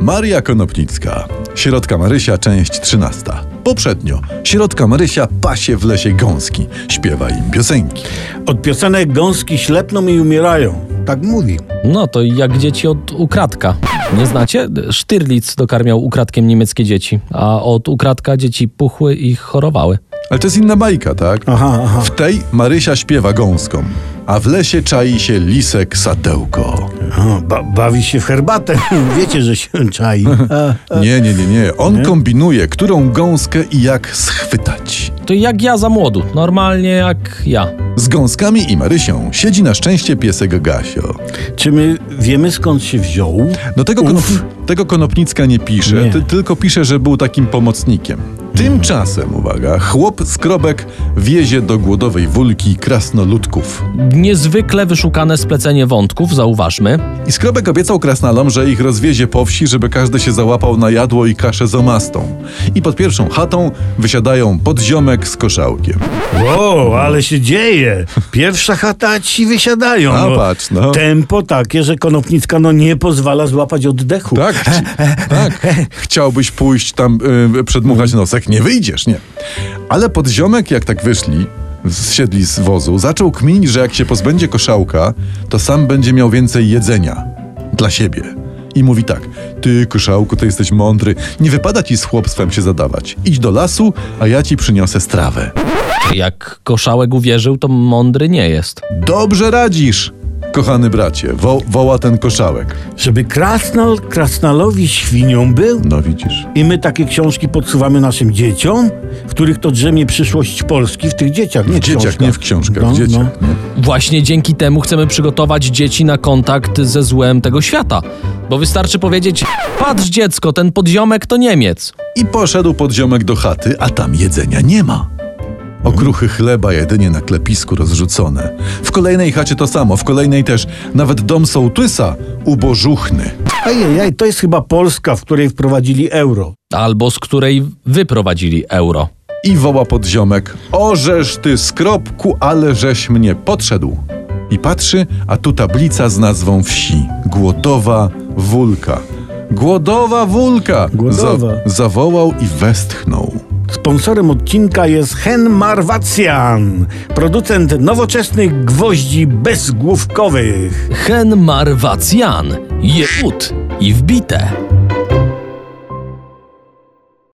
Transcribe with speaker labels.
Speaker 1: Maria Konopnicka. Środka Marysia, część 13. Poprzednio środka Marysia pasie w lesie gąski, śpiewa im piosenki.
Speaker 2: Od piosenek gąski ślepną i umierają. Tak mówi.
Speaker 3: No to jak dzieci od ukradka. Nie znacie? Sztyrlic dokarmiał ukradkiem niemieckie dzieci, a od ukradka dzieci puchły i chorowały.
Speaker 1: Ale to jest inna bajka, tak?
Speaker 2: Aha, aha.
Speaker 1: W tej Marysia śpiewa gąskom, a w lesie czai się lisek satełko.
Speaker 2: O, ba- bawi się w herbatę. Wiecie, że się czai.
Speaker 1: Nie, nie, nie, nie. On kombinuje, którą gąskę i jak schwytać.
Speaker 3: To jak ja za młodu, normalnie jak ja.
Speaker 1: Z gąskami i Marysią siedzi na szczęście piesek Gasio.
Speaker 2: Czy my wiemy skąd się wziął?
Speaker 1: No tego, konop... tego Konopnicka nie pisze,
Speaker 2: Nie.
Speaker 1: Ty, tylko pisze, że był takim pomocnikiem. Tymczasem, uwaga, chłop Skrobek wiezie do głodowej wulki krasnoludków.
Speaker 3: Niezwykle wyszukane splecenie wątków, zauważmy.
Speaker 1: I Skrobek obiecał krasnalom, że ich rozwiezie po wsi, żeby każdy się załapał na jadło i kaszę z omastą. I pod pierwszą chatą wysiadają podziomek z koszałkiem.
Speaker 2: Wow, ale się dzieje. Pierwsza chata ci wysiadają.
Speaker 1: A
Speaker 2: No,
Speaker 1: patrz, no.
Speaker 2: Tempo takie, że konopnicka no nie pozwala złapać oddechu.
Speaker 1: Tak, chci- tak. Chciałbyś pójść tam y, przedmuchać nosek, nie wyjdziesz, nie. Ale podziomek, jak tak wyszli, zsiedli z wozu, zaczął kminić, że jak się pozbędzie koszałka, to sam będzie miał więcej jedzenia dla siebie. I mówi tak, ty koszałku, ty jesteś mądry, nie wypada ci z chłopstwem się zadawać. Idź do lasu, a ja ci przyniosę strawę.
Speaker 3: Jak koszałek uwierzył, to mądry nie jest.
Speaker 1: Dobrze radzisz, kochany bracie, wo- woła ten koszałek.
Speaker 2: Żeby krasnal krasnalowi świnią był.
Speaker 1: No widzisz.
Speaker 2: I my takie książki podsuwamy naszym dzieciom, w których to drzemie przyszłość Polski, w No, tych dzieciach, nie
Speaker 1: W dzieciach, nie w książkach, w dzieciach. Nie?
Speaker 3: Właśnie dzięki temu chcemy przygotować dzieci na kontakt ze złem tego świata. Bo wystarczy powiedzieć: Patrz dziecko, ten podziomek to Niemiec.
Speaker 1: I poszedł podziomek do chaty, a tam jedzenia nie ma. Okruchy chleba jedynie na klepisku rozrzucone. W kolejnej chacie to samo, w kolejnej też nawet dom sołtysa ubożuchny.
Speaker 2: Ejejej, to jest chyba Polska, w której wprowadzili euro.
Speaker 3: Albo z której wyprowadzili euro.
Speaker 1: I woła podziomek, orzesz ty skropku, ale żeś mnie podszedł. I patrzy, a tu tablica z nazwą wsi. Głodowa Wulka. Głodowa Wulka!
Speaker 2: Głodowa.
Speaker 1: zawołał i westchnął.
Speaker 2: Sponsorem odcinka jest Hen Marwacjan, producent nowoczesnych gwoździ bezgłówkowych.
Speaker 3: Hen Marwacjan, jeut i wbite.